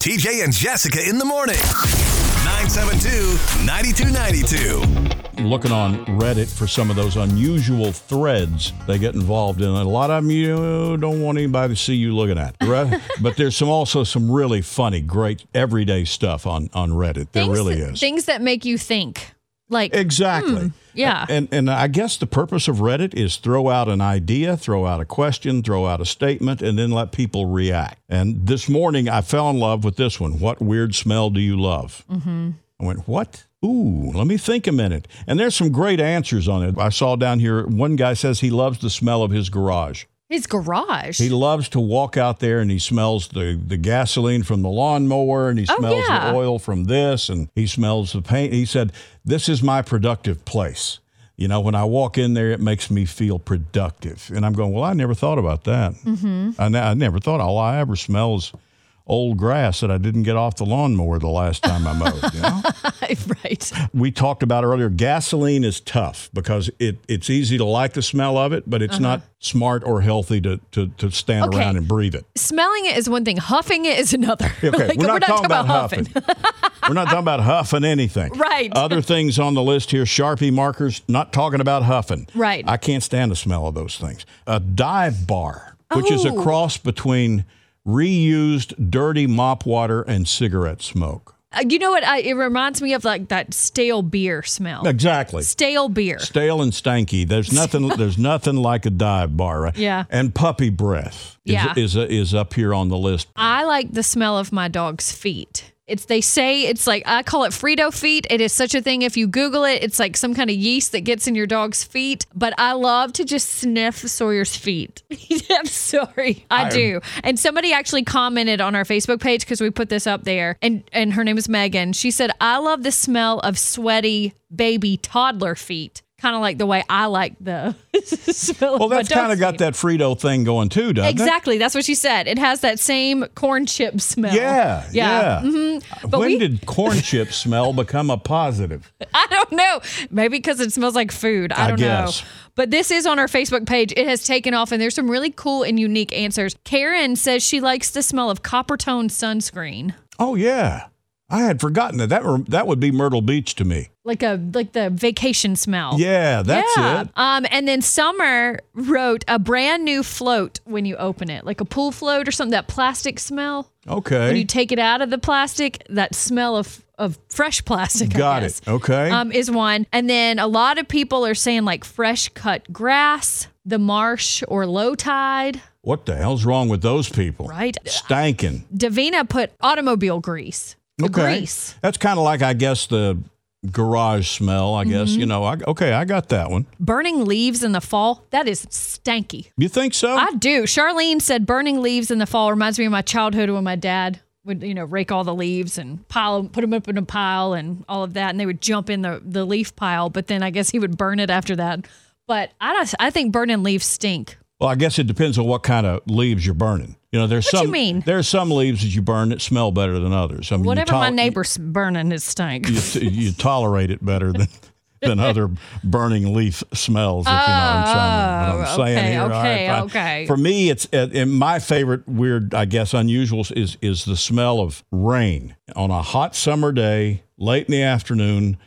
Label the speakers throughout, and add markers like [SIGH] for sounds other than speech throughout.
Speaker 1: TJ and Jessica in the morning. 972 9292.
Speaker 2: looking on Reddit for some of those unusual threads they get involved in. A lot of them you don't want anybody to see you looking at. Right? but there's some also some really funny, great everyday stuff on on Reddit. There
Speaker 3: things,
Speaker 2: really is.
Speaker 3: Things that make you think. Like
Speaker 2: Exactly.
Speaker 3: yeah.
Speaker 2: And and I guess the purpose of Reddit is throw out an idea, throw out a question, throw out a statement, and then let people react. And this morning I fell in love with this one. What weird smell do you love? Mm-hmm. I went, what? Ooh, let me think a minute. And there's some great answers on it. I saw down here one guy says he loves the smell of his garage.
Speaker 3: his garage.
Speaker 2: e-, He loves to walk out there and he smells the, the gasoline from the lawnmower and he
Speaker 3: Oh,
Speaker 2: smells
Speaker 3: yeah.
Speaker 2: the oil from this and he smells the paint. He said, This is my productive place. You know, when I walk in there, it makes me feel productive. And I'm going, Well, I never thought about that. Mm-hmm. I, ne- I never thought all I ever smell is old grass that I didn't get off the lawnmower the last time I mowed. You know?
Speaker 3: [LAUGHS] right.
Speaker 2: we talked about earlier, gasoline is tough because it, it's easy to like the smell of it, but it's not smart or healthy to, to, to stand
Speaker 3: Okay.
Speaker 2: around and breathe it.
Speaker 3: Smelling it is one thing. Huffing it is another.
Speaker 2: [LAUGHS] Okay,
Speaker 3: Like,
Speaker 2: we're, not talking about, huffing. [LAUGHS] we're not talking about huffing anything.
Speaker 3: Right.
Speaker 2: Other things on the list here Sharpie markers, not talking about huffing.
Speaker 3: Right.
Speaker 2: I can't stand the smell of those things. A dive bar, which is a
Speaker 3: Oh.
Speaker 2: cross between reused dirty mop water and cigarette smoke.
Speaker 3: Uh, you know what? I, it reminds me of like that stale beer smell.
Speaker 2: Exactly.
Speaker 3: Stale beer.
Speaker 2: stale and stanky.
Speaker 3: [LAUGHS]
Speaker 2: There's nothing. there's nothing like a dive bar, right?
Speaker 3: Yeah.
Speaker 2: And puppy breath is
Speaker 3: Yeah. Uh,
Speaker 2: is, uh, is up here on the list.
Speaker 3: I like the smell of my dog's feet. It's they say it's like I call it Frito feet. It is such a thing. If you Google it, it's like some kind of yeast that gets in your dog's feet. But I love to just sniff Sawyer's feet. [LAUGHS] I'm sorry, I, do. And somebody actually commented on our Facebook page because we put this up there, and and her name is Megan. She said, "I love the smell of sweaty baby toddler feet." Kind of like the way I like the [LAUGHS] smell.
Speaker 2: Well, that's kind of got that Frito thing going too, doesn't it?
Speaker 3: Exactly. That's what she said. It has that same corn chip smell.
Speaker 2: Yeah, yeah.
Speaker 3: Mm-hmm. But
Speaker 2: when
Speaker 3: we,
Speaker 2: did corn chip smell become a positive?
Speaker 3: [LAUGHS] I don't know. Maybe because it smells like food. I
Speaker 2: I
Speaker 3: don't
Speaker 2: guess.
Speaker 3: know. But this is on our Facebook page. It has taken off, and there's some really cool and unique answers. Karen says she likes the smell of copper tone sunscreen,
Speaker 2: Oh yeah, I had forgotten that. That were, that would be Myrtle Beach to me.
Speaker 3: like a like the vacation smell.
Speaker 2: Yeah, that's
Speaker 3: yeah.
Speaker 2: it.
Speaker 3: Um, and then Summer wrote a brand new float when you open it, like a pool float or something. That plastic smell.
Speaker 2: Okay,
Speaker 3: when you take it out of the plastic, that smell of of fresh plastic. I
Speaker 2: got
Speaker 3: guess,
Speaker 2: it. Okay,
Speaker 3: Um, is one, and then a lot of people are saying like fresh cut grass, the marsh, or low tide.
Speaker 2: what the hell's wrong with those people?
Speaker 3: Right.
Speaker 2: stankin'.
Speaker 3: Davina put automobile grease. The grease.
Speaker 2: That's kind of like I guess the garage smell. I guess
Speaker 3: Mm-hmm.
Speaker 2: you know. I, okay, I got that one.
Speaker 3: Burning leaves in the fall. That is stanky.
Speaker 2: You think so?
Speaker 3: I do. Charlene said burning leaves in the fall reminds me of my childhood when my dad would, you know, rake all the leaves and pile 'em- put them up in a pile and all of that. And they would jump in the, the leaf pile, but then I guess he would burn it after that. But I, don't, I think burning leaves stink.
Speaker 2: well, I guess it depends on what kind of leaves you're burning. You know, there's
Speaker 3: What
Speaker 2: some.
Speaker 3: you mean?
Speaker 2: There's some leaves that you burn that smell better than others. I mean, you
Speaker 3: Whatever my
Speaker 2: tol-
Speaker 3: neighbor's burning, it stank.
Speaker 2: You, you, you tolerate it better than. [LAUGHS] Than other burning leaf smells, if you know what I'm saying. What I'm
Speaker 3: Oh,
Speaker 2: saying
Speaker 3: okay,
Speaker 2: here. All
Speaker 3: okay,
Speaker 2: fine.
Speaker 3: okay.
Speaker 2: For me, it's uh, and my favorite weird, I guess, unusual is is the smell of rain on a hot summer day, late in the afternoon,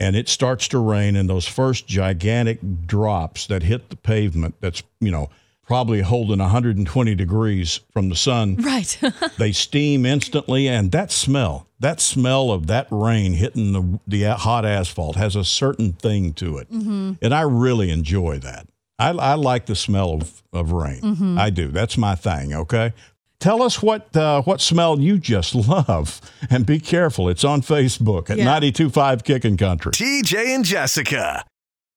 Speaker 2: and it starts to rain, and those first gigantic drops that hit the pavement. That's you know probably holding 120 degrees from the sun.
Speaker 3: [LAUGHS] Right.
Speaker 2: [LAUGHS] They steam instantly, and that smell, that smell of that rain hitting the the hot asphalt, has a certain thing to it, and I really enjoy that. I, I like the smell of of rain. I do. That's my thing. Okay. Tell us what uh, what smell you just [LAUGHS] love, and be careful. It's on Facebook at
Speaker 3: Yeah.
Speaker 2: ninety two five Kickin' Country.
Speaker 1: TJ and Jessica.